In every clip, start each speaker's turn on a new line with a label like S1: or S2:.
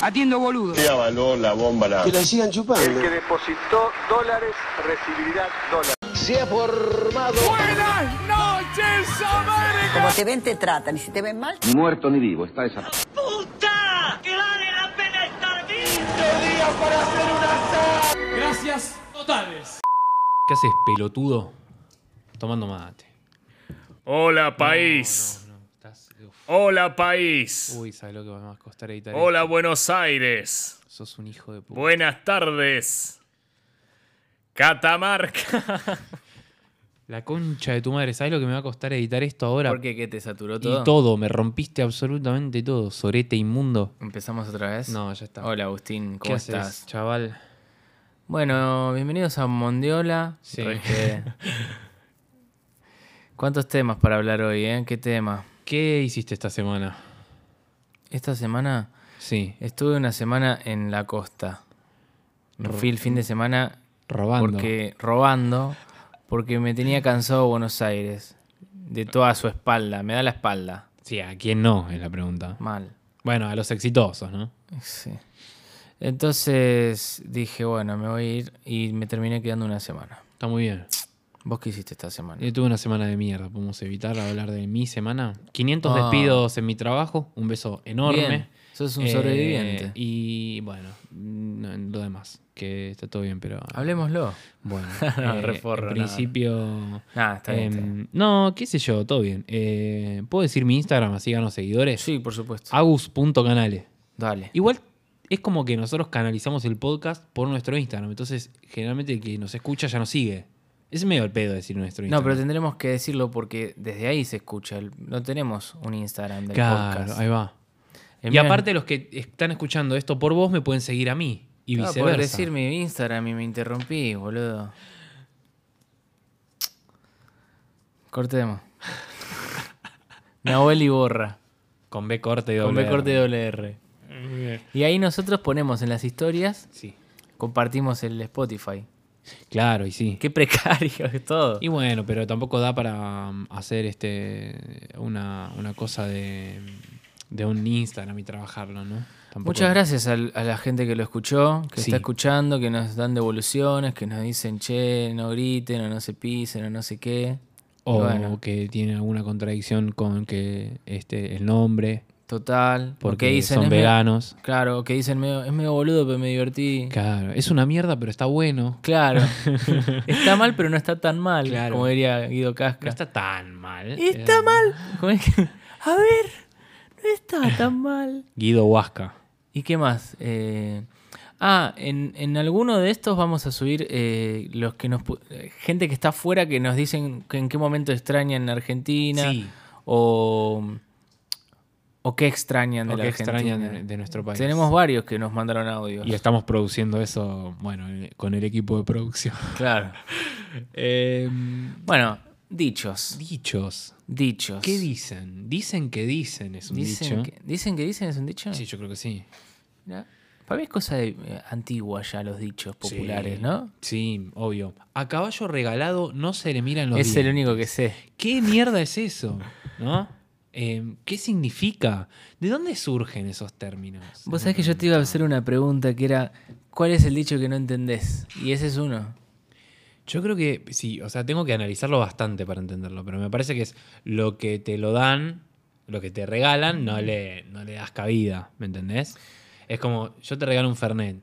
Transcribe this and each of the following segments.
S1: Atiendo boludo.
S2: ¿Qué avaló la bomba? La...
S3: Que la sigan
S4: El
S3: chupando.
S4: que depositó dólares recibirá dólares.
S3: Se ha formado.
S5: Como te ven, te tratan. Y si te ven mal,
S6: Ni muerto ni vivo, está esa.
S7: ¡Puta! ¡Que vale la pena estar vivo!
S8: Gracias totales. ¿Qué haces, pelotudo? Tomando mate.
S9: Hola país.
S8: No, no, estás... uf.
S9: Hola país.
S8: Uy, sabes lo que me va a costar editar.
S9: Hola
S8: esto.
S9: Buenos Aires.
S8: Sos un hijo de puta.
S9: Buenas tardes. Catamarca.
S8: La concha de tu madre, ¿sabes lo que me va a costar editar esto ahora?
S10: ¿Por qué? ¿Qué te saturó todo?
S8: y todo, me rompiste absolutamente todo, sorete inmundo.
S10: ¿Empezamos otra vez?
S8: No, ya está.
S10: Hola Agustín,
S8: ¿Qué
S10: ¿cómo
S8: haces,
S10: estás?
S8: chaval?
S10: Bueno, bienvenidos a Mondiola.
S8: Sí.
S10: Porque- ¿Cuántos temas para hablar hoy, eh? ¿Qué tema?
S8: ¿Qué hiciste esta semana?
S10: Esta semana
S8: Sí,
S10: estuve una semana en la costa. Me fui el fin de semana
S8: robando.
S10: porque robando, porque me tenía cansado Buenos Aires. De toda su espalda, me da la espalda.
S8: Sí, ¿a quién no? Es la pregunta.
S10: Mal.
S8: Bueno, a los exitosos, ¿no?
S10: Sí. Entonces dije, bueno, me voy a ir y me terminé quedando una semana.
S8: Está muy bien.
S10: ¿Vos qué hiciste esta semana?
S8: Yo tuve una semana de mierda, podemos evitar hablar de mi semana. 500
S10: Ah.
S8: despidos en mi trabajo, un beso enorme.
S10: Bien, sos un
S8: Eh,
S10: sobreviviente.
S8: y bueno, mm, no, lo demás, que está todo bien, pero...
S10: Hablemoslo.
S8: Bueno,
S10: Ah. No,
S8: eh,
S10: reforro,
S8: en
S10: nada.
S8: principio...
S10: Nada, está bien,
S8: em,
S10: está bien.
S8: No, qué sé yo, todo bien. Eh, ¿Puedo decir mi Instagram así gano seguidores?
S10: Sí, por
S8: Ah,
S10: supuesto.
S8: Agus.canales.
S10: Dale.
S8: Igual es como que nosotros canalizamos el podcast por nuestro Instagram, entonces generalmente el que nos escucha ya nos sigue. Es medio el pedo decir nuestro
S10: No,
S8: Instagram.
S10: pero tendremos que decirlo porque desde ahí se escucha. el- no tenemos un Instagram del
S8: Claro,
S10: podcast.
S8: ahí va.
S10: El
S8: y
S10: mío es-
S8: aparte, los que están escuchando esto por vos me pueden seguir a mí y
S10: Estaba
S8: viceversa.
S10: por decir mi Instagram y me interrumpí, boludo. Cortemos. Nahuel y borra.
S8: Con B corte y
S10: Con B
S8: doble
S10: corte
S8: R.
S10: doble R. Y ahí nosotros ponemos en las historias,
S8: Sí.
S10: compartimos el Spotify.
S8: Claro, y sí.
S10: Qué precario es todo.
S8: Y bueno, pero tampoco da para um, hacer este una, una cosa de, de un Instagram y trabajarlo, ¿no? Tampoco-
S10: Muchas gracias al- a, la gente que lo escuchó, que
S8: Sí.
S10: está escuchando, que nos dan devoluciones, que nos dicen, che, no griten, o no se pisen, o no sé qué.
S8: O
S10: Bueno.
S8: que tiene alguna contradicción con que este el nombre,
S10: Total. o
S8: porque
S10: que dicen,
S8: son
S10: "Es medio-"
S8: veganos.
S10: claro, o que dicen, medio, es medio boludo, pero me divertí.
S8: Claro, es una mierda, pero está bueno.
S10: Claro. está mal, pero no está tan mal,
S8: Claro.
S10: como diría Guido Casca.
S8: No está tan mal.
S10: Está
S8: Eh,
S10: mal. ¿Cómo es que- A ver, no está tan mal.
S8: Guido Huasca.
S10: ¿Y qué más? Eh, ah, en, en alguno de estos vamos a subir eh, los que nos pu- eh, gente que está afuera que nos dicen que en qué momento extrañan Argentina
S8: Sí.
S10: o o qué extrañan de
S8: O
S10: la
S8: qué
S10: Argentina.
S8: extrañan de- de nuestro país.
S10: Tenemos varios que nos mandaron audios.
S8: Y estamos produciendo eso, bueno, eh, con el equipo de producción. Eh,
S10: Claro. Bueno, dichos,
S8: dichos.
S10: dichos.
S8: ¿Qué dicen? Dicen que dicen es un dicho.
S10: dicen? Que, dicen que dicen es un dicho.
S8: Sí, yo creo que sí.
S10: Mirá. Para mí es cosa de, eh, antigua ya los dichos populares,
S8: Sí.
S10: ¿no?
S8: Sí, obvio. A caballo regalado no se le miran los
S10: Es el
S8: dientes.
S10: único que sé.
S8: ¿Qué mierda es eso? ¿No? Eh, ¿Qué significa? ¿De dónde surgen esos términos?
S10: Vos sabés que yo te iba a hacer una pregunta que era, ¿cuál es el dicho que no entendés? Y ese es uno.
S8: Yo creo que sí, o sea, tengo que analizarlo bastante para entenderlo, pero me parece que es lo que te lo dan, lo que te regalan, no le, no le das cabida, ¿me entendés? Es como, yo te regalo un Fernet,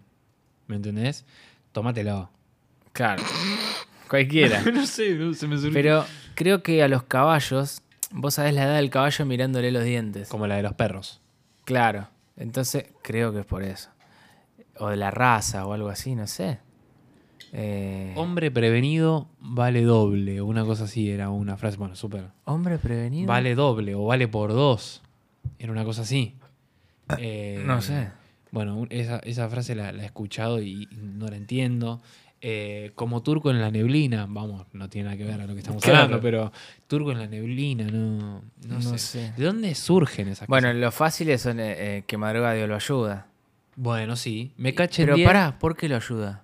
S8: ¿me entendés? Tómatelo.
S10: Claro. Cualquiera.
S8: no sé, no, se me surgió.
S10: Pero creo que a los caballos, vos sabés la edad del caballo mirándole los dientes.
S8: Como la de los perros.
S10: Claro. Entonces, creo que es por eso. O de la raza o algo así, no sé. Eh,
S8: Hombre prevenido vale doble, o una cosa así era una frase, bueno, súper.
S10: hombre prevenido.
S8: Vale doble o vale por dos, era una cosa así. Eh,
S10: Ah, No sé.
S8: Bueno, un- esa, esa frase la, la he escuchado y no la entiendo. Eh, como turco en la neblina, vamos, no tiene nada que ver a lo que estamos
S10: Claro.
S8: hablando, pero turco en la neblina, no, no,
S10: No
S8: sé.
S10: sé.
S8: ¿De dónde surgen esas
S10: Bueno,
S8: cosas?
S10: los fáciles son eh, eh, que madruga Dios lo ayuda.
S8: Bueno, sí, me caché
S10: Pero
S8: bien
S10: pará, ¿por qué lo ayuda?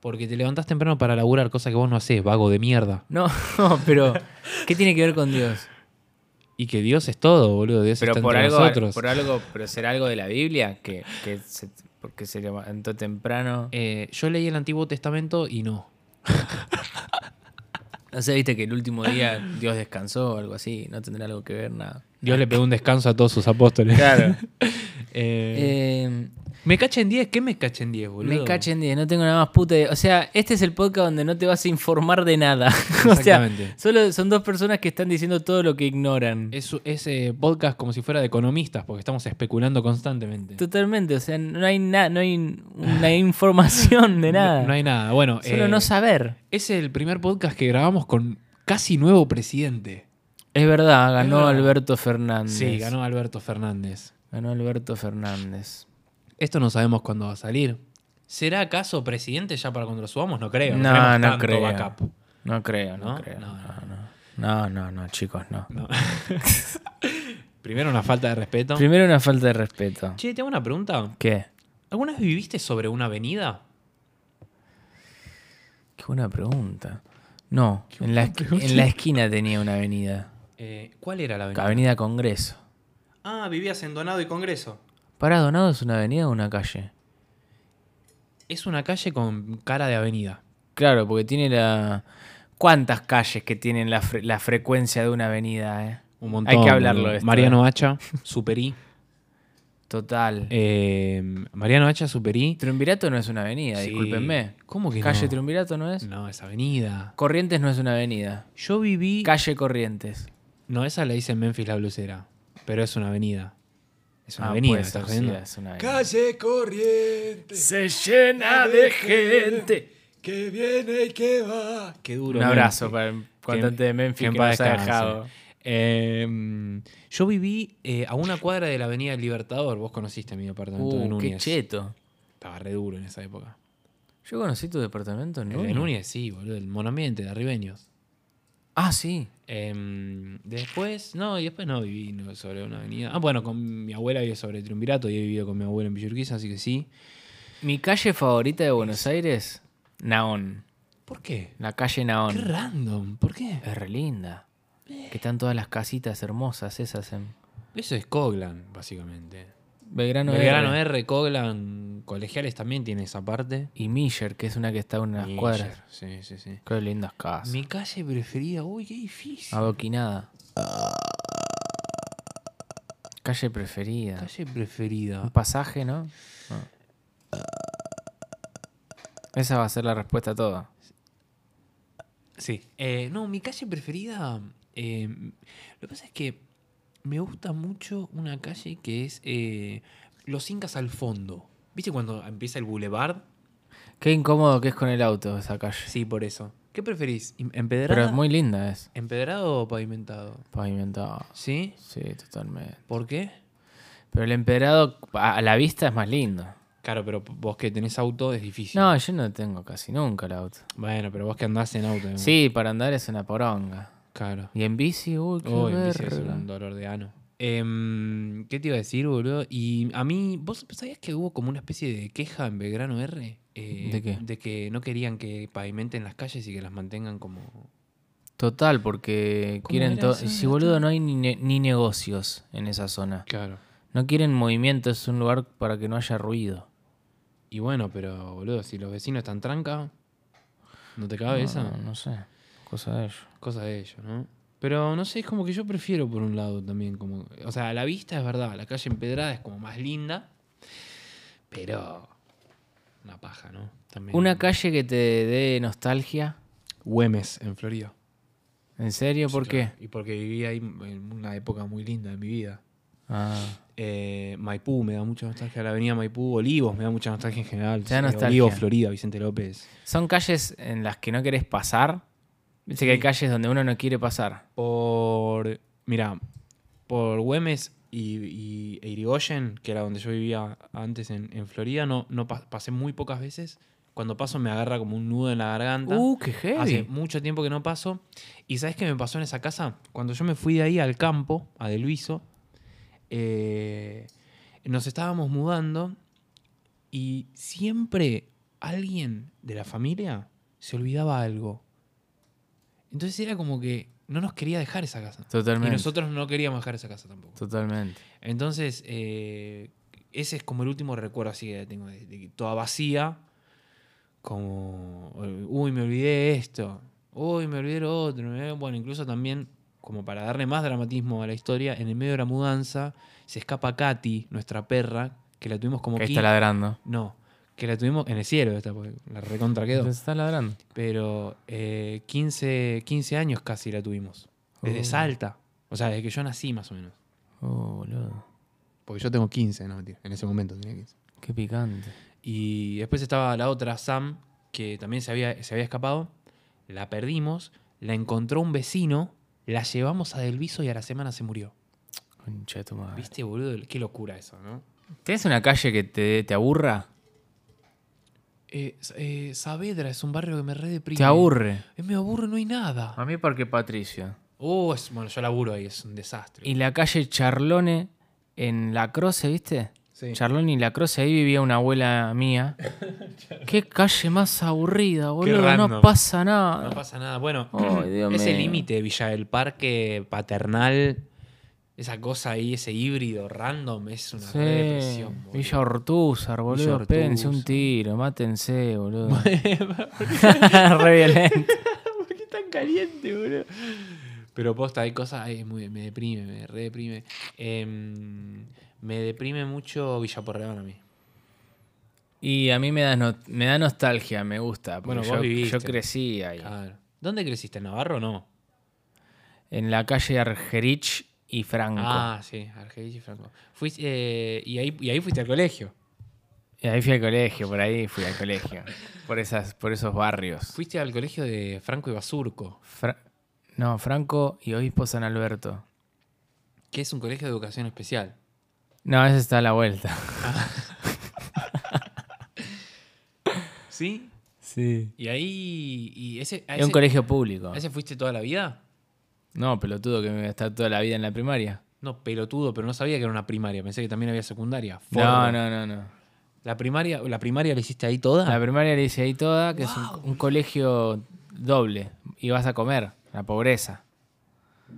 S8: porque te levantás temprano para laburar, cosa que vos no haces, vago de mierda.
S10: No, no, pero ¿qué tiene que ver con Dios?
S8: Y que Dios es todo, boludo. Dios
S10: Pero
S8: está
S10: por
S8: entre
S10: algo,
S8: nosotros.
S10: por algo, pero será algo de la Biblia que, que se, porque se levantó temprano.
S8: Eh, yo leí el Antiguo Testamento y no.
S10: No sé, viste que el último día Dios descansó o algo así, no tendrá algo que ver nada.
S8: Dios le pegó un descanso a todos sus apóstoles.
S10: Claro.
S8: Eh,
S10: Eh,
S8: me cachen 10, ¿qué me cachen 10, boludo?
S10: me cachen 10, no tengo nada más puta idea. O sea, este es el podcast donde no te vas a informar de nada. o sea,
S8: Exactamente.
S10: solo son dos personas que están diciendo todo lo que ignoran.
S8: Es, es, eh, podcast como si fuera de economistas, porque estamos especulando constantemente.
S10: Totalmente, o sea, no hay nada, no hay una información de nada.
S8: No, no hay nada. Bueno,
S10: Solo
S8: eh,
S10: no saber.
S8: es el primer podcast que grabamos con casi nuevo presidente.
S10: Es verdad, ganó
S8: verdad.
S10: Alberto Fernández.
S8: Sí, ganó Alberto Fernández.
S10: Ganó Alberto Fernández.
S8: Esto no sabemos cuándo va a salir. ¿Será acaso presidente ya para cuando lo subamos? No creo.
S10: No,
S8: tenemos
S10: no
S8: tanto
S10: creo.
S8: backup.
S10: No creo, no,
S8: ¿No?
S10: creo.
S8: No,
S10: No
S8: no,
S10: no no. no, no, chicos, no.
S8: Primero una falta de respeto.
S10: Primero una falta de respeto.
S8: Che, te hago una pregunta.
S10: ¿Qué?
S8: ¿Alguna vez viviste sobre una avenida?
S10: Qué buena pregunta. No, en la, esqui- en la esquina tenía una avenida.
S8: Eh, ¿Cuál era la avenida?
S10: Avenida Congreso.
S8: Ah, vivías en Donado y Congreso.
S10: ¿Para Donado es una avenida o una calle?
S8: Es una calle con cara de avenida.
S10: Claro, porque tiene la... ¿Cuántas calles que tienen la, fre- la frecuencia de una avenida? eh?
S8: Un montón.
S10: Hay que hablarlo.
S8: boludo.
S10: esto,
S8: Mariano
S10: eh.
S8: Hacha, Superí.
S10: Total.
S8: Eh, Mariano Hacha, Superí.
S10: Triunvirato no es una avenida,
S8: Sí.
S10: discúlpenme.
S8: ¿Cómo que
S10: Calle
S8: no?
S10: Triunvirato no es.
S8: No, es avenida.
S10: Corrientes no es una avenida.
S8: Yo viví.
S10: Calle Corrientes.
S8: No, esa la hice en Memphis la blusera. Pero es una avenida. Es una
S10: Ah,
S8: avenida,
S10: puede
S8: ¿estás
S10: ser, sí,
S8: jodiendo?
S10: es una avenida.
S2: Calle corriente
S4: Se llena de gente.
S2: que viene y que va.
S8: Qué duro.
S10: Un
S8: Memphis.
S10: abrazo para el
S8: Que-
S10: cantante de Memphis que,
S8: en paz
S10: nos ha
S8: descanse.
S10: dejado.
S8: Eh, yo viví eh, a una cuadra de la avenida del Libertador. Vos conociste mi departamento de
S10: Uh,
S8: Núñez.
S10: qué cheto.
S8: Estaba re duro en esa época.
S10: Yo conocí tu departamento en
S8: El de
S10: Núñez.
S8: Núñez, sí, boludo. El monoambiente de Arribeños.
S10: Ah, sí.
S8: Em, después, no, y después no viví no, sobre una avenida. Ah, bueno, con mi abuela viví sobre Triunvirato y he vivido con mi abuelo en Villurquiza, así que sí.
S10: Mi calle favorita de Buenos Aires, Naón.
S8: ¿Por qué?
S10: La calle
S8: Qué
S10: Naón.
S8: random, ¿por qué?
S10: Es re linda. Que están todas las casitas hermosas esas en
S8: Eso es Coglan, básicamente.
S10: Belgrano,
S8: Belgrano
S10: R.
S8: R, Coglan, Colegiales también tiene esa parte.
S10: Y Miller, que es una que está en unas
S8: Miller,
S10: cuadras.
S8: Sí, sí, sí.
S10: Qué lindas casas.
S8: Mi calle preferida, uy, qué
S10: Ah,
S8: difícil.
S10: Aboquinada. Calle preferida.
S8: Calle
S10: Un
S8: preferida.
S10: pasaje, ¿no? No. Esa va a ser la respuesta a todo.
S8: Sí. Eh, no, mi calle preferida. eh, lo que pasa es que me gusta mucho una calle que es eh, Los Incas al fondo. ¿Viste cuando empieza el boulevard?
S10: Qué incómodo que es con el auto esa calle.
S8: Sí, por eso. ¿Qué preferís? ¿Em- ¿Empedrada?
S10: Pero es muy linda es.
S8: ¿Empedrado o pavimentado?
S10: Pavimentada.
S8: ¿Sí?
S10: Sí, totalmente.
S8: ¿Por qué?
S10: Pero el empedrado a a la vista es más lindo.
S8: Claro, pero vos que tenés auto es difícil.
S10: No, yo no tengo casi nunca el auto.
S8: Bueno, pero vos que andás en auto. ¿no?
S10: Sí, para andar es una poronga.
S8: Claro.
S10: Y en bici, uy, qué
S8: Uy, en bici es
S10: verga.
S8: Oh, un dolor de ano. Em, ¿Qué te iba a decir, boludo? Y a mí, ¿vos sabías que hubo como una especie de queja en Belgrano R? Eh,
S10: ¿De qué?
S8: que no querían que pavimenten las calles y que las mantengan como...
S10: Total, porque
S8: ¿Cómo
S10: quieren
S8: era
S10: todo.
S8: eso?
S10: Si boludo, no hay ni, ne- ni negocios en esa zona.
S8: Claro.
S10: No quieren movimiento, es un lugar para que no haya ruido.
S8: Y bueno, pero, boludo, si los vecinos están tranca, ¿no te cabe esa?
S10: No, no sé, cosa de ellos.
S8: Cosa de ellos, ¿no? Pero no sé, es como que yo prefiero por un lado también. como O sea, a la vista es verdad, la calle empedrada es como más linda, pero una paja, ¿no? También.
S10: Una calle que te dé nostalgia.
S8: Güemes, en Florida.
S10: ¿En serio? ¿Por qué?
S8: Y porque viví ahí en una época muy linda de mi vida.
S10: Ah,
S8: Eh, Maipú me da mucha nostalgia, la avenida Maipú, Olivos me da mucha nostalgia en general.
S10: Te da
S8: Eh,
S10: nostalgia.
S8: Olivos, Florida, Vicente López.
S10: Son calles en las que no querés pasar. Viste que hay calles donde uno no quiere pasar.
S8: Por. Mira, por Güemes y, y- e Irigoyen, que era donde yo vivía antes en, en Florida, no, no pa- pasé muy pocas veces. Cuando paso me agarra como un nudo en la garganta.
S10: Uh, qué heavy.
S8: Hace mucho tiempo que no paso. ¿Y sabes qué me pasó en esa casa? Cuando yo me fui de ahí al campo, a De Luiso, eh, nos estábamos mudando y siempre alguien de la familia se olvidaba algo. Entonces era como que no nos quería dejar esa casa.
S10: Totalmente.
S8: Y nosotros no queríamos dejar esa casa tampoco.
S10: Totalmente.
S8: Entonces, eh, ese es como el último recuerdo así que tengo, de, de- toda vacía, como, eh, uy, me olvidé esto, uy, me olvidé lo otro. eh. Bueno, incluso también, como para darle más dramatismo a la historia, en el medio de la mudanza se escapa Katy, nuestra perra, que la tuvimos como...
S10: Que ahí
S8: quin-
S10: está ladrando.
S8: No, que la tuvimos en el cielo, esta, porque la recontra quedó.
S10: Entonces está ladrando.
S8: Pero eh, 15, 15 años casi la tuvimos. Desde
S10: Oh.
S8: Salta. O sea, desde que yo nací más o menos.
S10: Oh, boludo.
S8: Porque yo tengo 15, no mentira. En ese momento tenía 15.
S10: Qué picante.
S8: Y después estaba la otra, Sam, que también se había, se había escapado. La perdimos, la encontró un vecino, la llevamos a Delviso y a la semana se murió.
S10: Concha de tu madre.
S8: ¿Viste, boludo? Qué locura eso, ¿no?
S10: ¿Tenés una calle que te, te aburra?
S8: Eh, S- eh, Saavedra es un barrio que me re deprime.
S10: Te aburre.
S8: Eh, me aburre, no hay nada.
S10: A mí porque Patricio.
S8: Ah. Oh, es- bueno, yo laburo ahí, es un desastre.
S10: Y la calle Charlone en La Croce, ¿viste?
S8: Sí.
S10: Charlone y La Croce, ahí vivía una abuela mía. Qué calle más aburrida, boludo. No
S8: random.
S10: pasa nada.
S8: No pasa nada. Bueno,
S10: Ah. Ay, Dios
S8: ese
S10: mío.
S8: límite de Villa del Parque paternal, esa cosa ahí, ese híbrido random, es una
S10: Sí,
S8: re depresión. boludo.
S10: Villa Ortúzar, boludo.
S8: Ortúzar.
S10: Péguense un tiro, mátense, boludo. Re violento.
S8: ¿Por qué tan caliente, boludo? Pero posta, hay cosas, ay, es muy- me deprime, me re deprime. Em, me deprime mucho Villa Porredón a mí.
S10: Y a mí me da, no- me da nostalgia, me gusta.
S8: Bueno,
S10: Bueno,
S8: vos
S10: yo,
S8: viviste. Ah.
S10: yo crecí ahí.
S8: Claro. ¿Dónde creciste? ¿En Navarro o no?
S10: En la calle Argerich y Franco.
S8: Ah, sí, Argelis y Franco. Fuiste, eh, y, ahí, y ahí fuiste al colegio.
S10: Y ahí fui al colegio, por ahí fui al colegio. por, esas, por esos barrios.
S8: Fuiste al colegio de Franco y Basurco,
S10: Fra- no, Franco y Obispo San Alberto.
S8: que es un colegio de educación especial.
S10: No, ese está a la vuelta.
S8: ¿Sí?
S10: Sí.
S8: Y ahí. Y ese, a
S10: Es un
S8: ese-
S10: colegio público.
S8: ¿a ese fuiste toda la vida?
S10: No, pelotudo que me voy a estar toda la vida en la primaria.
S8: No, pelotudo, pero no sabía que era una primaria. Pensé que también había secundaria.
S10: No,
S8: Forro.
S10: no, no, no.
S8: ¿La primaria, ¿La primaria la hiciste ahí toda?
S10: La primaria le hice ahí toda, que es un- un, colegio doble. Y vas a comer, la pobreza.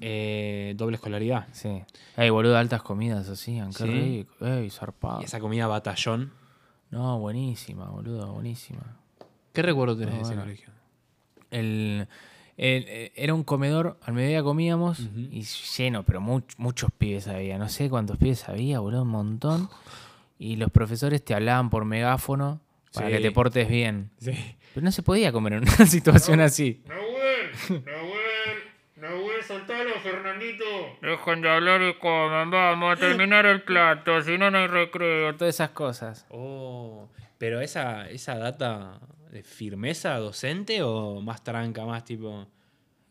S8: Eh, doble escolaridad.
S10: Sí. Ey, boludo, altas comidas hacían,
S8: Sí.
S10: qué rico. Ey, zarpado.
S8: Y esa comida batallón.
S10: No, buenísima, boludo, buenísima.
S8: ¿Qué recuerdo tenés de ese
S10: bueno.
S8: colegio?
S10: El, el- eh, era un comedor, al mediodía comíamos y lleno, pero much- muchos pibes había. No sé cuántos pibes había, boludo, un montón. Y los profesores te hablaban por megáfono para
S8: Sí.
S10: que te portes bien.
S8: Sí.
S10: Pero no se podía comer en una situación así.
S3: Nahuel, Nahuel, Nahuel, soltalo, Fernandito. Dejen de hablar y comen, vamos a terminar el plato, si no, no hay recreo.
S10: Todas esas cosas.
S8: Oh, pero esa, esa data de firmeza docente o más tranca, más tipo.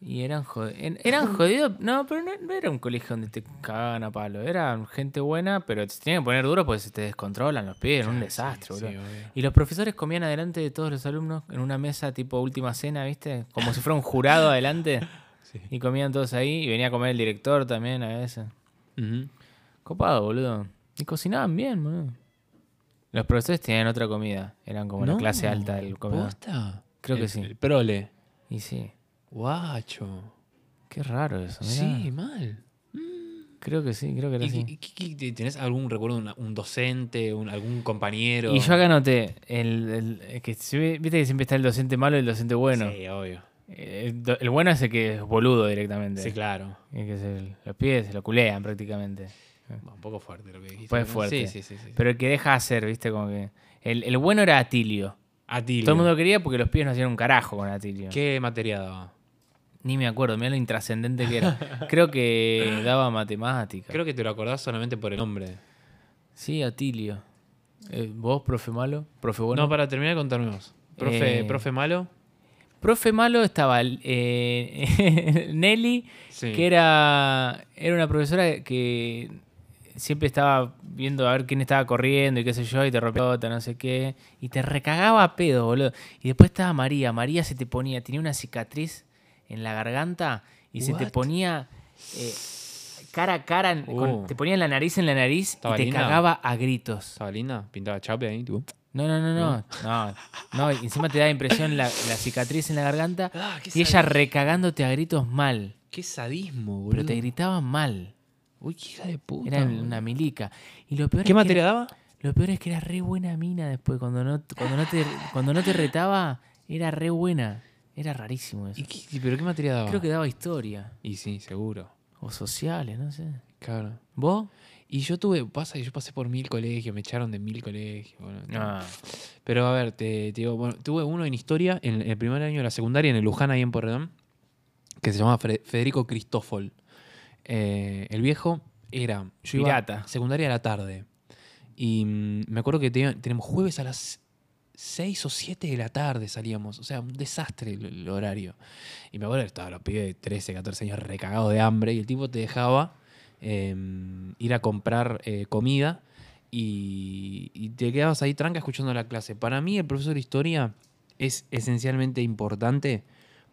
S10: Y eran jodidos. Eran jodidos. No, pero no, no era un colegio donde te cagaban a palo. Eran gente buena, pero te tenían que poner duro porque se te descontrolan los pies. Era un desastre,
S8: sí,
S10: boludo.
S8: obvio.
S10: y los profesores comían adelante de todos los alumnos en una mesa tipo última cena, ¿viste? Como si fuera un jurado adelante. Y comían todos ahí. Y venía a comer el director también a veces.
S8: Ujú.
S10: Copado, boludo. Y cocinaban bien, boludo. Los profesores tenían otra comida. Eran como la
S8: No,
S10: clase alta del comedor.
S8: ¿Posta?
S10: Creo que
S8: El-
S10: sí.
S8: El prole.
S10: Y sí.
S8: Guacho.
S10: Qué raro eso, mirá.
S8: Sí, mal.
S10: Creo que sí, creo que era
S8: ¿Y-
S10: así.
S8: y- qué- qué- ¿Tenés algún recuerdo de una- un docente, un- algún compañero?
S10: Y yo acá noté, el, el- que se ve- viste que siempre está el docente malo y el docente bueno. Eh,
S8: Sí, obvio.
S10: El, do- el bueno es el que es boludo directamente.
S8: Sí, claro.
S10: El que se- los pies se lo culean prácticamente.
S8: Bueno, un poco fuerte lo que dijiste.
S10: Pues
S8: ¿no?
S10: fuerte.
S8: Sí, sí, sí. sí.
S10: Pero el que deja hacer, viste, como que. El, el bueno era Atilio.
S8: Atilio.
S10: Todo el mundo lo quería porque los pies no hacían un carajo con Atilio.
S8: ¿Qué materia daba?
S10: Ni me acuerdo, mirá lo intrascendente que era. Creo que daba matemática.
S8: Creo que te lo acordás solamente por el nombre.
S10: Sí, Atilio. Eh, ¿Vos, profe malo? ¿Profe bueno?
S8: No, para terminar, contarnos. Profe,
S10: Eh.
S8: profe malo.
S10: Profe malo estaba eh, Nelly,
S8: Sí.
S10: que era, era una profesora que siempre estaba viendo a ver quién estaba corriendo y qué sé yo, y te rompía la pelota, no sé qué, y te recagaba a pedo, boludo. Y después estaba María, María se te ponía, tenía una cicatriz en la garganta y se te
S8: What?
S10: ponía eh, cara a cara, en- con-
S8: Oh.
S10: te ponía la nariz en la nariz y
S8: ¿Estaba
S10: te
S8: linda?
S10: cagaba a gritos.
S8: Estaba linda, pintaba chape ahí. tipo.
S10: No, no, no, no. No, no, y encima te da impresión la, la cicatriz en la garganta.
S8: Ah, qué
S10: y ella recagándote a gritos mal.
S8: Qué sadismo, boludo.
S10: Pero te gritaban mal.
S8: Uy, qué hija de puta.
S10: Era
S8: boludo.
S10: una milica. Y lo peor
S8: ¿Qué
S10: es que
S8: materia
S10: era-
S8: daba?
S10: Lo peor es que era re buena mina después. Cuando no, cuando no, te, cuando no te retaba, era re buena. Era rarísimo eso.
S8: ¿Y qué- y ¿Pero qué materia daba?
S10: Creo que daba historia.
S8: Y sí, seguro.
S10: O sociales, no sé.
S8: Claro.
S10: ¿Vos?
S8: Y yo tuve, pasa que yo pasé por mil colegios, me echaron de mil colegios. bueno,
S10: Ah.
S8: Pero a ver, te, te digo, bueno, tuve uno en historia, en el primer año de la secundaria, en el Luján, ahí en Porredón, que se llamaba Fre- Federico Cristófol. Eh, el viejo era. Yo iba
S10: Pirata.
S8: secundaria a la tarde. Y mm, me acuerdo que tenía- tenemos jueves a las 6 o 7 de la tarde salíamos. O sea, un desastre el, el horario. Y me acuerdo que estaban los pibes de 13, 14 años recagados de hambre. Y el tipo te dejaba eh, ir a comprar eh, comida y, y te quedabas ahí tranca escuchando la clase. Para mí, el profesor de historia es esencialmente importante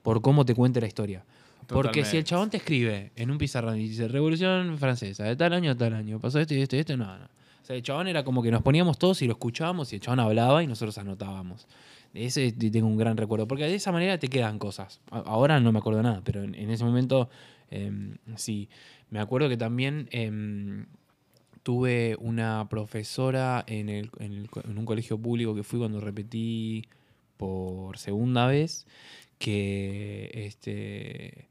S8: por cómo te cuente la historia. Porque si el chabón te escribe en un pizarrón y dice Revolución Francesa, de tal año a tal año, pasó esto y esto y esto, no, no. O sea, el chabón era como que nos poníamos todos y lo escuchábamos y el chabón hablaba y nosotros anotábamos. De ese te- tengo un gran recuerdo, porque de esa manera te quedan cosas. A- Ahora no me acuerdo nada, pero en, en ese momento em, sí. Me acuerdo que también em, tuve una profesora en, el- en el co- en un colegio público que fui cuando repetí por segunda vez, que este,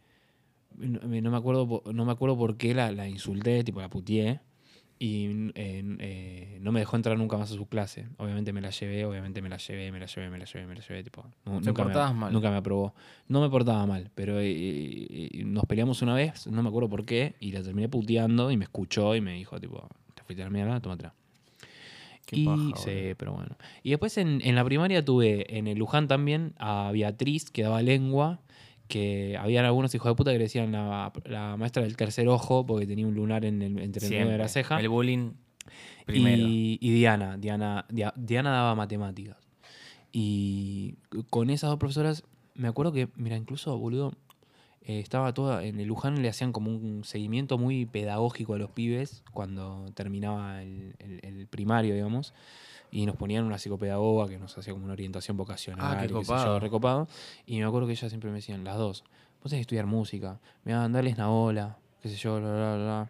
S8: no, me- no me, acuerdo, po- no me acuerdo por qué la, la insulté, tipo la puteé, y mm, en- eh, no me dejó entrar nunca más a su clase. Obviamente me la llevé, obviamente me la llevé, me la llevé, me la llevé, me la llevé, tipo, nu-
S10: Te
S8: nunca, me,
S10: portabas mal.
S8: nunca me aprobó. No me portaba mal, pero eh, eh, eh, nos peleamos una vez, no me acuerdo por qué, y la terminé puteando y me escuchó y me dijo, tipo, te fuiste a la mierda, toma atrás.
S10: Qué
S8: Y-
S10: paja,
S8: sí, pero bueno. Y después en, en la primaria tuve en el Luján también a Beatriz, que daba lengua, que habían algunos hijos de puta que le decían la, la maestra del tercer ojo, porque tenía un lunar en el, entre el medio de la ceja.
S10: El bullying primero.
S8: Y, y Diana, Diana, Dia- Diana daba matemáticas. Y con esas dos profesoras, me acuerdo que, mira, incluso, boludo, eh, estaba toda, en el Luján le hacían como un seguimiento muy pedagógico a los pibes cuando terminaba el, el- el primario, digamos. Y nos ponían una psicopedagoga que nos hacía como una orientación vocacional.
S10: Ah, qué
S8: y sé yo,
S10: copado.
S8: recopado. Y me acuerdo que ellas siempre me decían, las dos, vos tenés que estudiar música, me van a darles una ola, qué sé yo, bla, bla, bla.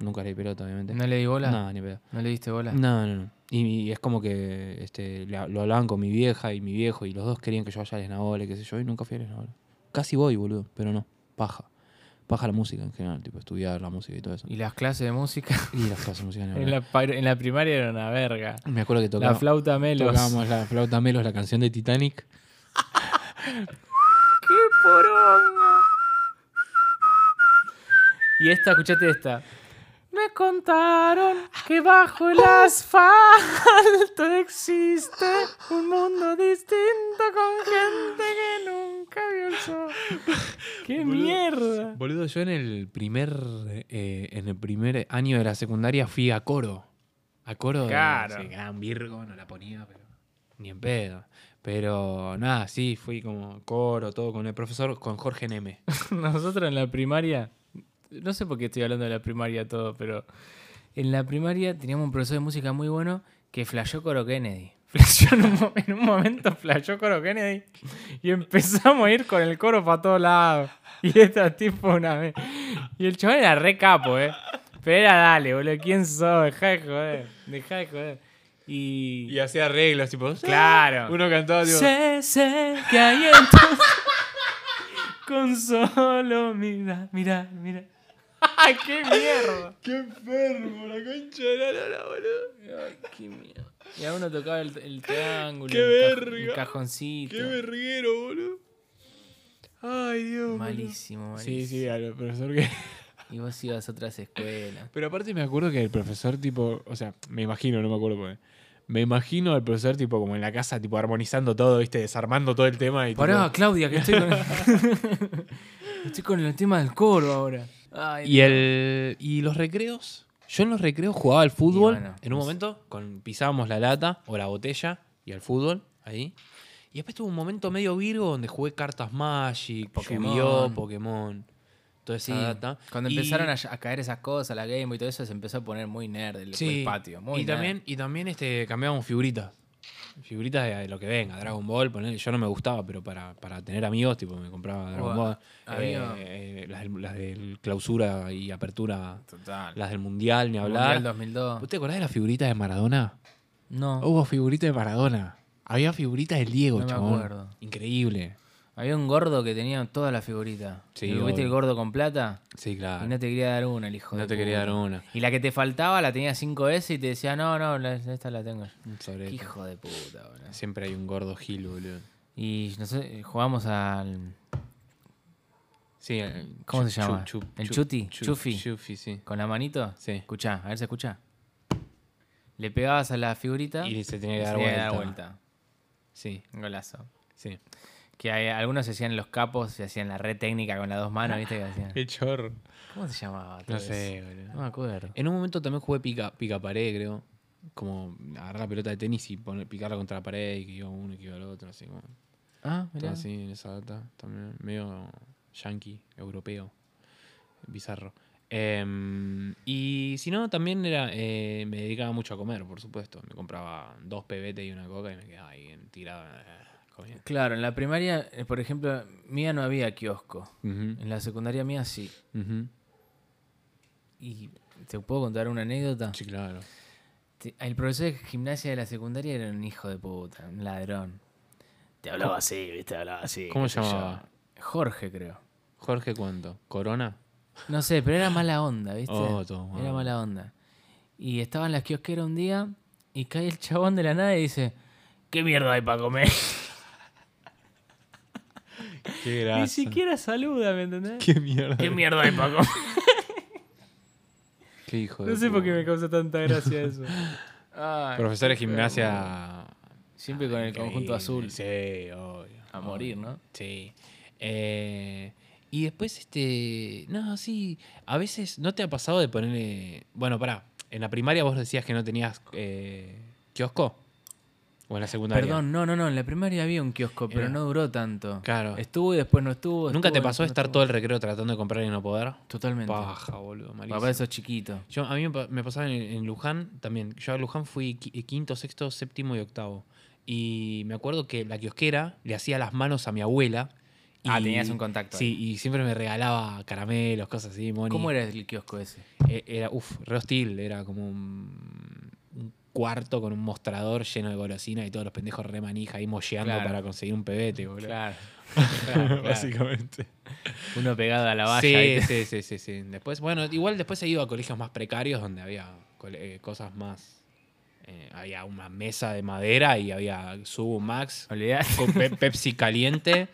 S8: Nunca leí pelota, obviamente.
S10: ¿No le di bola?
S8: No, ni pedo.
S10: ¿No le diste bola?
S8: No, no, no. Y, y es como que este, le- lo hablaban con mi vieja y mi viejo, y los dos querían que yo vaya a Lesnaola, qué sé yo, y nunca fui a Lesnaola. Casi voy, boludo, pero no. Paja. Paja la música en general, tipo estudiar la música y todo eso.
S10: ¿Y las clases de música?
S8: Y las clases musicales.
S10: en, la, par- en la primaria era una verga.
S8: Me acuerdo que
S10: La
S8: tocaba,
S10: flauta melos.
S8: tocábamos la flauta melos, la canción de Titanic.
S10: Y esta, escuchate esta. Me contaron que bajo el asfalto existe un mundo distinto con gente que nunca vio el sol. ¡Qué mierda!
S8: Boludo, yo en el primer eh, en el primer año de la secundaria fui a coro. A coro. de-
S10: Claro.
S8: sí, gran Virgo, no la ponía, pero ni en pedo. Pero nada, sí, fui como coro, todo con el profesor, con Jorge Neme.
S10: Nosotros en la primaria, no sé por qué estoy hablando de la primaria todo, pero en la primaria teníamos un profesor de música muy bueno que flasheó Coro Kennedy. Flasheó en un, mo- en un momento, flasheó Coro Kennedy y empezamos a ir con el coro para todos lados. Y esta tipo una vez. Y el chaval era re capo, ¿eh? Pero era dale, boludo, ¿quién sos? Dejá de joder, dejá de joder. Y.
S8: Y hacía arreglos, tipo.
S10: Claro.
S8: Uno cantaba, tipo.
S10: Sé, sé que hay en tus- Con solo mira, mira, mira. ¡Ay, qué mierda!
S8: ¡Qué enfermo! La concha de la lora, boludo.
S10: Ay, qué mierda. Y a uno tocaba el, el triángulo,
S8: Qué
S10: el, caj-
S8: verga.
S10: el cajoncito.
S8: ¡Qué verguero, boludo! Ay, Dios.
S10: malísimo, malísimo.
S8: Sí, sí, al profesor que.
S10: Y vos ibas a otras escuelas.
S8: Pero aparte me acuerdo que el profesor, tipo, o sea, me imagino, no me acuerdo por qué. Me imagino al profesor, tipo, como en la casa, tipo, armonizando todo, ¿viste? Desarmando todo el tema y
S10: Pará,
S8: tipo-
S10: Claudia, que estoy con. estoy con el tema del coro ahora. Ay,
S8: ¿Y, el, ¿Y los recreos? Yo en los recreos jugaba al fútbol.
S10: Y bueno, pues
S8: en un
S10: no sé.
S8: momento con, pisábamos la lata o la botella y al fútbol, ahí. Y después tuve un momento medio virgo donde jugué cartas Magic,
S10: Pokémon.
S8: Pokémon, Yu-Gi-Oh, Pokémon, toda esa
S10: Sí,
S8: data.
S10: cuando
S8: Y-
S10: empezaron a, a caer esas cosas, la Game Boy y todo eso, se empezó a poner muy nerd el, el patio. Muy
S8: y
S10: nerd.
S8: también, y también este, cambiábamos figuritas. figuritas de, de lo que venga, Dragon Ball, ponele, yo no me gustaba, pero para, para tener amigos, tipo, me compraba Dragon
S10: Bueno,
S8: Ball.
S10: había-
S8: Eh, eh, las, del- las del clausura y apertura,
S10: Total.
S8: las del mundial, ni hablar.
S10: Mundial 2002.
S8: ¿Vos te acordás de las figuritas de Maradona?
S10: No.
S8: Hubo figuritas de Maradona. Había figuritas del Diego,
S10: No me
S8: chabón.
S10: acuerdo.
S8: Increíble.
S10: Había un gordo que tenía todas las figuritas.
S8: Sí,
S10: ¿Y ¿Viste
S8: obvio.
S10: el gordo con plata?
S8: Sí, claro.
S10: Y no te quería dar una, el hijo
S8: No
S10: de
S8: te quería
S10: puta.
S8: dar una.
S10: Y la que te faltaba la tenía 5S y te decía, no, no, la- esta la tengo. yo".
S8: Sobre
S10: Qué hijo de puta, boludo.
S8: Siempre hay un gordo gil, boludo.
S10: Y no sé, jugamos al.
S8: Sí, el-
S10: ¿Cómo
S8: chu-
S10: se llama?
S8: chu- chu-
S10: ¿El
S8: chu-
S10: Chuti?
S8: chu-
S10: ¿Chufi?
S8: Chufi, sí.
S10: ¿Con la manito?
S8: Sí.
S10: Escuchá, a ver si escuchá. Le pegabas a la figurita
S8: Y se tenía que
S10: y
S8: dar
S10: se tenía
S8: vuelta.
S10: que
S8: Sí,
S10: Un golazo.
S8: sí.
S10: Que hay- algunos se hacían los capos, se hacían la red técnica con las dos manos, ¿viste? Que hacían.
S8: Qué chorro.
S10: ¿Cómo se llamaba? todo
S8: No
S10: eso?
S8: sé, Eh, boludo.
S10: No me acuerdo.
S8: En un momento también jugué pica, pica pared, creo. Como agarrar la pelota de tenis y poner, picarla contra la pared y que iba uno y que iba el otro, así como.
S10: Ah,
S8: Todo
S10: mirá.
S8: así en esa data también. Medio yankee, europeo. Bizarro. Em, y si no, también era, eh, me dedicaba mucho a comer, por supuesto. Me compraba dos pebetes y una coca y me quedaba ahí en- tirado eh, comiendo.
S10: Claro, en la primaria, eh, por ejemplo, mía no había kiosco.
S8: Ujú,
S10: En la secundaria mía sí.
S8: ujú.
S10: Y te puedo contar una anécdota.
S8: Sí, claro.
S10: Te- El profesor de gimnasia de la secundaria era un hijo de puta, un ladrón. Te hablaba así, viste, hablaba así.
S8: ¿Cómo
S10: qué sé
S8: se llamaba?
S10: yo. Jorge, creo.
S8: Jorge, ¿cuánto? ¿Corona?
S10: No sé, pero era mala onda, ¿viste?
S8: Oh, todo mal.
S10: era mala onda. Y estaba en las kiosqueras un día y cae el chabón de la nada y dice, ¿qué mierda hay para comer?
S8: Qué
S10: Ni siquiera saluda, ¿me entendés?
S8: Qué mierda.
S10: ¿Qué mierda hay para comer?
S8: Qué hijo de
S10: No sé por qué
S8: puta.
S10: me causa tanta gracia eso. Ay,
S8: Profesor de gimnasia.
S10: Siempre con el conjunto
S8: Increíble.
S10: azul.
S8: Sí, obvio.
S10: A morir, ¿no?
S8: Sí. Eh, y después, este. No, sí. A veces, ¿no te ha pasado de ponerle. Bueno, pará. En la primaria vos decías que no tenías eh, kiosco. O en la secundaria.
S10: Perdón, no, no, no. En la primaria había un kiosco, pero
S8: Era-
S10: no duró tanto.
S8: Claro.
S10: Estuvo y después no estuvo.
S8: ¿Nunca te
S10: estuvo y
S8: pasó de
S10: después no
S8: estar
S10: estuvo?
S8: todo el recreo tratando de comprar y no poder?
S10: Totalmente.
S8: Paja, boludo. malísimo.
S10: Papá, eso es chiquito.
S8: Yo, a mí me pa- me pasaba en, en Luján también. Yo a Luján fui qui- eh, quinto, sexto, séptimo y octavo. Y me acuerdo que la kiosquera le hacía las manos a mi abuela. y-
S10: Ah, tenías un contacto
S8: Sí, y siempre me regalaba caramelos, cosas así, moni.
S10: ¿Cómo era el kiosco ese?
S8: Eh, Era, uff, re hostil. Era como un, un cuarto con un mostrador lleno de golosina y todos los pendejos re manija ahí molleando
S10: Claro.
S8: para conseguir un pebete, boludo.
S10: Claro.
S8: Básicamente.
S10: Uno pegado a la valla.
S8: Sí,
S10: ¿viste?
S8: sí, sí, sí, sí. Después, bueno, igual después he ido a colegios más precarios donde había cole- eh, cosas más. eh, había una mesa de madera y había Subu Max
S10: Olvidate.
S8: con pe- Pepsi caliente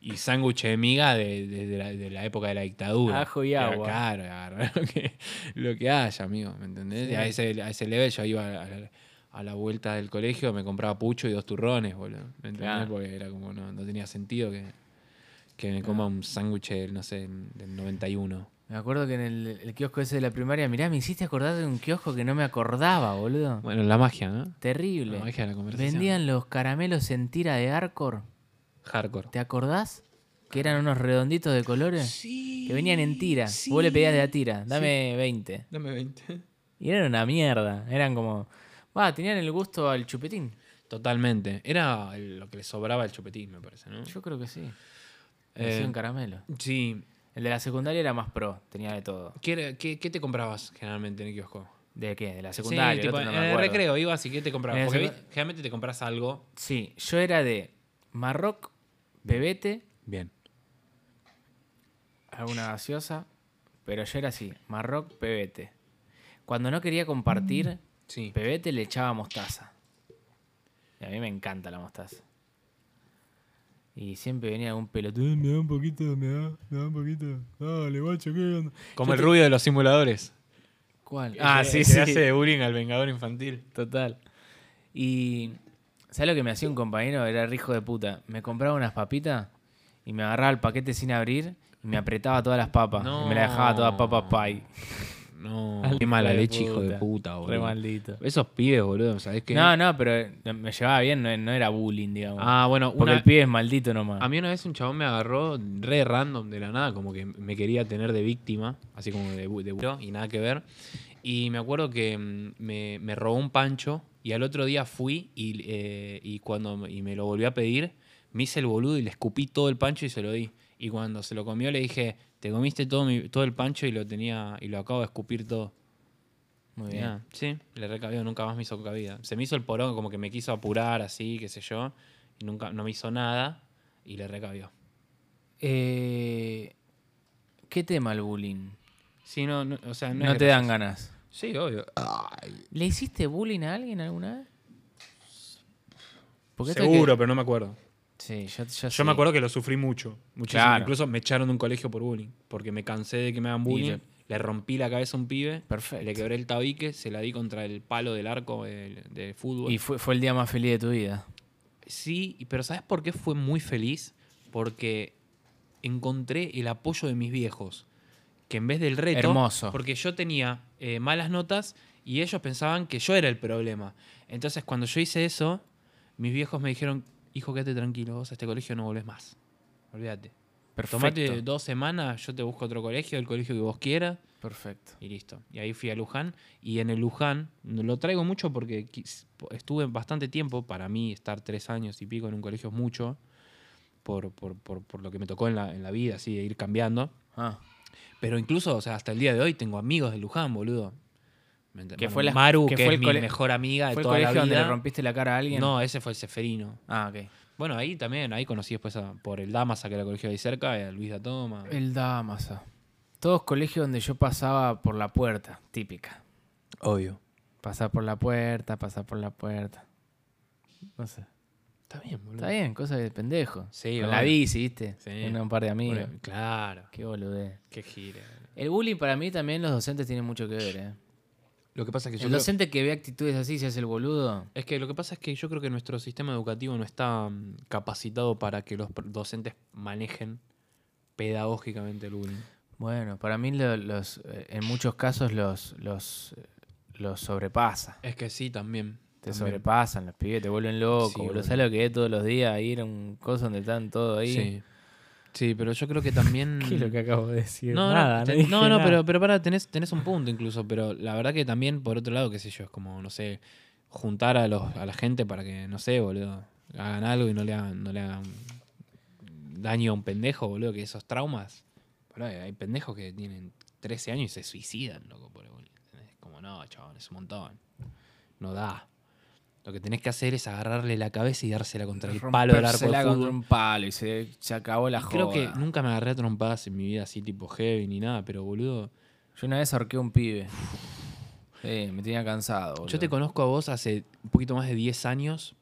S8: y sándwich de miga de, de- de la, de la época de la dictadura.
S10: Ajo y agua.
S8: Claro, agarrar lo que, lo que haya, amigo, ¿me entendés?
S10: Sí.
S8: A, ese, a ese level yo iba a la, a la vuelta del colegio, me compraba pucho y dos turrones, boludo. ¿Me entendés?
S10: Claro.
S8: Porque era como, no, no tenía sentido que, que me coma un sándwich, del, no sé, del 91.
S10: Me acuerdo que en el, el kiosco ese de la primaria, mirá, me hiciste acordar de un kiosco que no me acordaba, boludo.
S8: Bueno, la magia, ¿no?
S10: Terrible.
S8: La magia de la conversación.
S10: Vendían los caramelos en tira de Arcor.
S8: Hardcore.
S10: ¿Te acordás? Que eran unos redonditos de colores. Que venían en tira. Vos le pedías de la tira. Dame 20.
S8: Dame 20.
S10: Y eran una mierda. Eran como. Va, tenían el gusto al chupetín.
S8: Totalmente. Era el- lo que le sobraba el chupetín, me parece, ¿no?
S10: Yo creo que sí.
S8: Eh,
S10: Hacían caramelo.
S8: Sí,
S10: El de la secundaria era más pro. Tenía de todo.
S8: ¿Qué, era- qué- qué te comprabas generalmente en el kiosco?
S10: ¿De qué? De la secundaria.
S8: Sí,
S10: el
S8: tipo,
S10: otro no me
S8: en el
S10: acuerdo.
S8: recreo ibas y qué te comprabas.
S10: En el
S8: Porque
S10: secu-
S8: vi- generalmente te compras algo.
S10: Sí, yo era de Marroc, Bebete,
S8: Bien.
S10: alguna gaseosa. Pero yo era así: Marroc, Bebete. Cuando no quería compartir,
S8: Mm, Sí.
S10: Pebete le echaba mostaza. Y a mí me encanta la mostaza. Y siempre venía algún pelotudo. "Eh, Me da un poquito, me da, me da un poquito. Dale, guacho, ¿qué onda?".
S8: Como el rubio de los simuladores.
S10: ¿Cuál?
S8: Ah, sí, sí. hace bullying al vengador infantil.
S10: Total. Y. ¿Sabes lo que me hacía un compañero? Era el hijo de puta. Me compraba unas papitas y me agarraba el paquete sin abrir y me apretaba todas las papas. Y me la dejaba toda papa pie.
S8: No.
S10: Al
S8: Qué mala
S10: hijo de
S8: leche, hijo de
S10: puta.
S8: puta, boludo.
S10: Re maldito.
S8: Esos pibes, boludo, ¿sabés qué?
S10: No, no, pero eh, me llevaba bien, no, no era bullying, digamos.
S8: Ah, bueno,
S10: Porque
S8: una-
S10: el pibe es maldito nomás.
S8: a mí una vez un chabón me agarró re random de la nada, como que me quería tener de víctima, así como de, bu- de bu- y nada que ver. Y me acuerdo que mm, me, me robó un pancho y Y al otro día fui y, eh, y cuando me- y me lo volví a pedir, me hice el boludo y le escupí todo el pancho y se lo di. Y cuando se lo comió le dije, te comiste todo, mi- todo el pancho y lo tenía y lo acabo de escupir todo.
S10: Muy bien.
S8: Ya, sí, le recabió, nunca más me hizo cabida. Se me hizo el porón, como que me quiso apurar así, qué sé yo, y nunca, no me hizo nada y le recabió.
S10: Eh, ¿Qué tema el bullying?
S8: Sí, no, no, o sea, no,
S10: No,
S8: es
S10: te
S8: gracioso.
S10: dan ganas.
S8: Sí, obvio.
S10: ¿Le hiciste bullying a alguien alguna vez? Porque esto hay que-
S8: Seguro, pero no me acuerdo.
S10: Sí, yo,
S8: Yo me acuerdo que lo sufrí mucho. Muchísimo.
S10: Claro.
S8: Incluso me echaron de un colegio por bullying. Porque me cansé de que me hagan bullying.
S10: le-
S8: Le... rompí la cabeza a un pibe.
S10: Perfecto.
S8: Le quebré el tabique. Se la di contra el palo del arco de, de fútbol.
S10: Y fue, fue el día más feliz de tu vida.
S8: Sí, y- pero ¿sabes por qué fue muy feliz? Porque encontré el apoyo de mis viejos. Que en vez del reto.
S10: Hermoso.
S8: Porque yo tenía eh, malas notas y ellos pensaban que yo era el problema. Entonces, cuando yo hice eso, mis viejos me dijeron: Hijo, quédate tranquilo, vos a este colegio no volvés más. Olvídate.
S10: Perfecto.
S8: Tomate dos semanas, yo te busco otro colegio, el colegio que vos quieras,
S10: Perfecto.
S8: y listo. Y ahí fui a Luján. Y en el Luján, lo traigo mucho porque quis- estuve bastante tiempo, para mí estar tres años y pico en un colegio es mucho, por, por- por- por lo que me tocó en la, en la vida, así, de ir cambiando.
S10: Ah,
S8: Pero incluso, o sea, hasta el día de hoy tengo amigos de Luján, boludo. ¿Me ent-
S10: Que
S8: bueno,
S10: fue la-
S8: Maru,
S10: que
S8: que, es
S10: fue el
S8: mi
S10: cole-
S8: mejor amiga de
S10: ¿Fue el
S8: toda
S10: colegio
S8: la
S10: donde
S8: vida.
S10: le rompiste la cara a alguien?
S8: No, ese fue el Seferino.
S10: Ah, ok.
S8: Bueno, ahí también, ahí conocí después a- por el Damasa, que era el colegio de ahí cerca, a Luis da Toma.
S10: El Damasa. Todos colegios donde yo pasaba por la puerta, típica.
S8: Obvio.
S10: Pasar por la puerta, pasar por la puerta. No sé.
S8: Está bien, boludo.
S10: Está bien, cosa de pendejo.
S8: Sí,
S10: Con la
S8: obvio.
S10: bici, ¿viste?
S8: Sí.
S10: Una- un par de amigos.
S8: Bueno, claro.
S10: Qué boludez.
S8: Qué gira.
S10: El bullying para mí también los docentes tienen mucho que ver, ¿eh?
S8: Lo que pasa es que yo
S10: El
S8: creo-
S10: docente que ve actitudes así se hace el boludo.
S8: es que lo que pasa es que yo creo que nuestro sistema educativo no está mm, capacitado para que los pr- docentes manejen pedagógicamente el bullying.
S10: Bueno, para mí lo- los, eh, en muchos casos los, los, eh, los sobrepasa.
S8: Es que sí, también.
S10: Te
S8: también.
S10: sobrepasan, los pibes te vuelven loco.
S8: Sí,
S10: boludo.
S8: boludo.
S10: ¿Sabes lo que es todos los días ir a un coso donde están todos ahí?
S8: Sí. Sí, pero yo creo que también.
S10: acabo de decir?
S8: No, no, te- no, no, pero, pero para, tenés, tenés un punto incluso, pero la verdad que también, por otro lado, qué sé yo, es como, no sé, juntar a, los, a la gente para que, no sé, boludo, hagan algo y no le hagan, no le hagan daño a un pendejo, boludo, que esos traumas. boludo, hay pendejos que tienen 13 años y se suicidan, loco, por el bullying, ¿entendés? como, no, chabón, es un montón. No da. Lo que tenés que hacer es agarrarle la cabeza y dársela contra el palo del arco de
S10: Rompérsela contra
S8: fútbol.
S10: un palo y se, se acabó la
S8: Y
S10: joda.
S8: Creo que nunca me agarré a trompadas en mi vida así tipo heavy ni nada, pero boludo,
S10: Yo una vez ahorqué a un pibe. Sí, me tenía cansado.
S8: yo te
S10: boludo.
S8: conozco a vos hace un poquito más de 10 años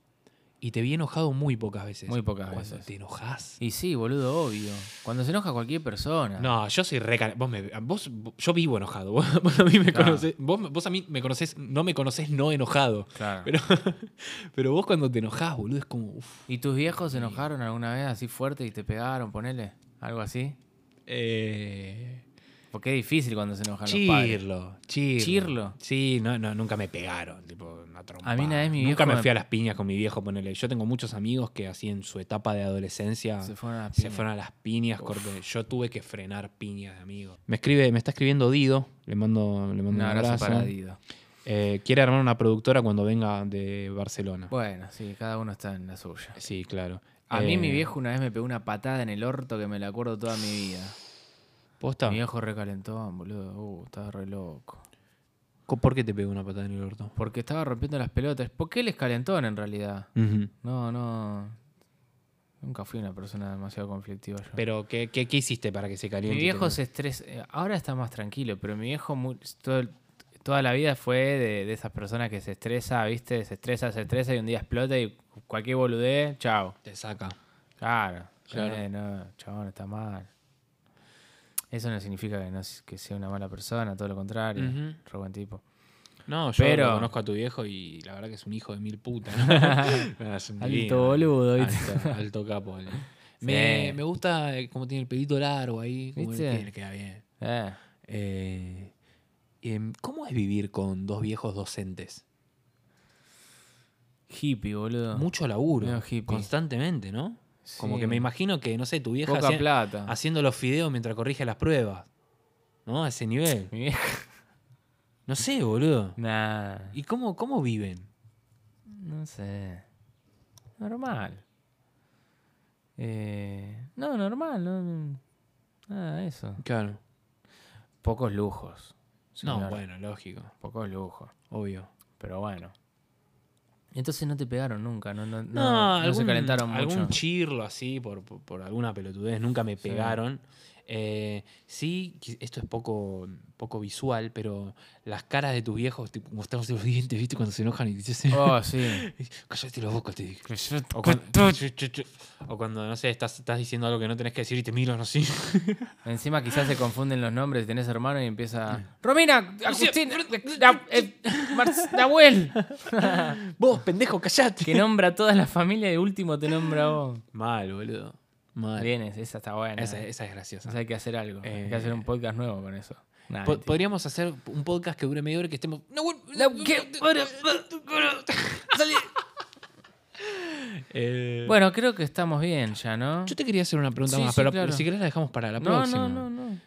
S8: y te vi enojado muy pocas veces.
S10: Muy pocas
S8: Cuando
S10: veces.
S8: te enojas.
S10: Y sí, boludo, obvio. Cuando se enoja cualquier persona.
S8: No, yo soy re... cara- Vos, me- vos, yo vivo enojado. Vos, vos a mí me
S10: Claro.
S8: conocés, vos, vos a mí me conocés, no me conocés no enojado.
S10: Claro.
S8: Pero, pero vos cuando te enojás, boludo, es como... uf.
S10: ¿Y tus viejos se enojaron alguna vez así fuerte y te pegaron, ponele? ¿Algo así?
S8: Eh...
S10: Porque es difícil cuando se enojan los padres.
S8: Chirlo, chirlo.
S10: Chirlo.
S8: Sí, no, no, nunca me pegaron, tipo, una trompada.
S10: A mí una vez mi
S8: Nunca
S10: viejo
S8: me
S10: me-
S8: fui a las piñas con mi viejo, ponele. Yo tengo muchos amigos que así en su etapa de adolescencia
S10: Se fueron a las
S8: se
S10: piñas.
S8: fueron a las piñas, corte. Yo tuve que frenar piñas de amigos. Me escribe, me está escribiendo Dido, le mando, le mando un
S10: Un
S8: abrazo.
S10: abrazo para Dido.
S8: Eh, quiere armar una productora cuando venga de Barcelona.
S10: Bueno, sí, cada uno está en la suya.
S8: Sí, claro.
S10: A
S8: Eh,
S10: mí mi viejo una vez me pegó una patada en el orto que me la acuerdo toda mi vida.
S8: ¿Posta?
S10: Mi viejo recalentón, boludo. Uh, estaba re loco.
S8: Co- ¿Por qué te pegó una patada en el orto?
S10: Porque estaba rompiendo las pelotas. ¿Por qué él es calentón en realidad?
S8: Ujú.
S10: No, no. Nunca fui una persona demasiado conflictiva yo.
S8: Pero, ¿qué, qué, qué hiciste para que se caliente?
S10: Mi viejo se estresa. eh, Ahora está más tranquilo, pero mi viejo mu- todo el- toda la vida fue de, de esas personas que se estresa, ¿viste? Se estresa, se estresa y un día explota y cualquier boludez, chao.
S8: Te saca.
S10: Claro.
S8: Claro.
S10: Eh, no, chabón, está mal. Eso no significa que, no, s- que sea una mala persona, todo lo contrario.
S8: Ujú.
S10: re buen tipo.
S8: No, yo
S10: Pero-
S8: lo conozco a tu viejo y la verdad que es un hijo de mil putas. ¿no? Es un
S10: Alto
S8: divino.
S10: boludo, ¿viste?
S8: Alto, alto capo. ¿no? Me, me gusta eh, cómo tiene el pelito largo ahí. Como le
S10: ¿Viste?
S8: queda- le queda bien.
S10: Eh,
S8: Eh, em, ¿Cómo es vivir con dos viejos docentes?
S10: hippie, boludo.
S8: Mucho laburo.
S10: Medio hippie.
S8: Constantemente, ¿no? Como
S10: Sí.
S8: que me imagino que, no sé, tu vieja
S10: Poca
S8: hacía-
S10: plata.
S8: haciendo los fideos mientras corrige las pruebas. ¿No? A ese nivel.
S10: Mi vieja.
S8: No sé, boludo.
S10: Nah.
S8: ¿Y cómo, cómo viven?
S10: No sé. Normal. Eh, no, normal. No, nada de eso.
S8: Claro.
S10: Pocos lujos.
S8: No,
S10: señor.
S8: bueno, lógico.
S10: Pocos lujos.
S8: Obvio.
S10: Pero bueno. Entonces no te pegaron nunca, no, no, no, no
S8: algún-
S10: se calentaron mucho.
S8: Algún chirlo así por, por- por alguna pelotudez, nunca me pegaron. Eh, sí, qui- esto es poco, poco visual, pero las caras de tus viejos, tipo, mostrarse los dientes, ¿viste? Cuando se enojan y te dicen,
S10: Oh, sí.
S8: cállate la boca, Pues te digo. O
S10: O
S8: cuando,
S10: cuando-
S8: o cuando, no sé, estás, estás diciendo algo que no tenés que decir y te miran así.
S10: Encima quizás se confunden los nombres, tenés hermano y empieza... Romina, Agustín, Da- eh, Marc- Nahuel.
S8: Vos, pendejo, callate.
S10: Que nombra a toda la familia y de último te nombra a vos.
S8: Mal, boludo. Mal.
S10: Vienes, esa está buena.
S8: Esa, esa es graciosa.
S10: Esa hay que hacer algo. Hay que hacer un podcast nuevo con eso. Nah,
S8: Po-
S10: mentira.
S8: podríamos hacer un podcast que dure media hora y que estemos. No, bueno, Eh,
S10: bueno, creo que estamos bien ya, ¿no?
S8: yo te quería hacer una pregunta
S10: Sí,
S8: más,
S10: sí,
S8: pero la-
S10: claro.
S8: si querés la dejamos para la
S10: No,
S8: próxima.
S10: no, no, no.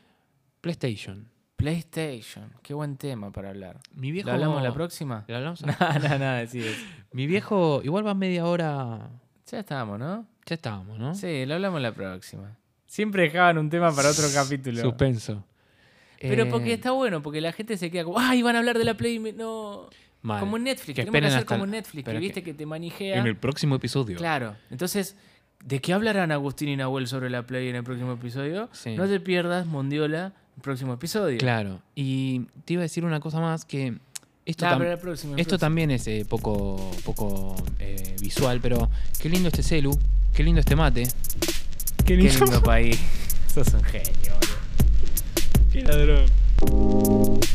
S8: PlayStation.
S10: PlayStation. Qué buen tema para hablar.
S8: Mi viejo.
S10: ¿Lo hablamos la próxima?
S8: ¿Lo hablamos?
S10: Nada, nada, nada, sí. es-
S8: Mi viejo, igual va media hora.
S10: Ya estábamos, ¿no?
S8: Ya estábamos, ¿no?
S10: Sí, lo hablamos la próxima. Siempre dejaban un tema para otro capítulo.
S8: Suspenso.
S10: Pero
S8: Eh,
S10: porque está bueno, porque la gente se queda como, ay, van a hablar de la Play. me- No.
S8: mal.
S10: Como en Netflix,
S8: Que
S10: tenemos que
S8: esperen
S10: hacer
S8: hasta
S10: como
S8: el-
S10: en Netflix, que
S8: pero
S10: viste que te manijea.
S8: En el próximo episodio.
S10: Claro. Entonces, ¿de qué hablarán Agustín y Nahuel sobre la Play en el próximo episodio?
S8: Sí.
S10: No te pierdas, Mondiola, el próximo episodio.
S8: Claro. Y te iba a decir una cosa más que. Esto,
S10: Nah,
S8: tam-
S10: pero el próximo, el
S8: esto
S10: próximo.
S8: también es eh, poco, poco eh, visual, pero qué lindo este celu, qué lindo este mate.
S10: Qué lindo país. Sos un genio, boludo.
S8: Qué ladrón.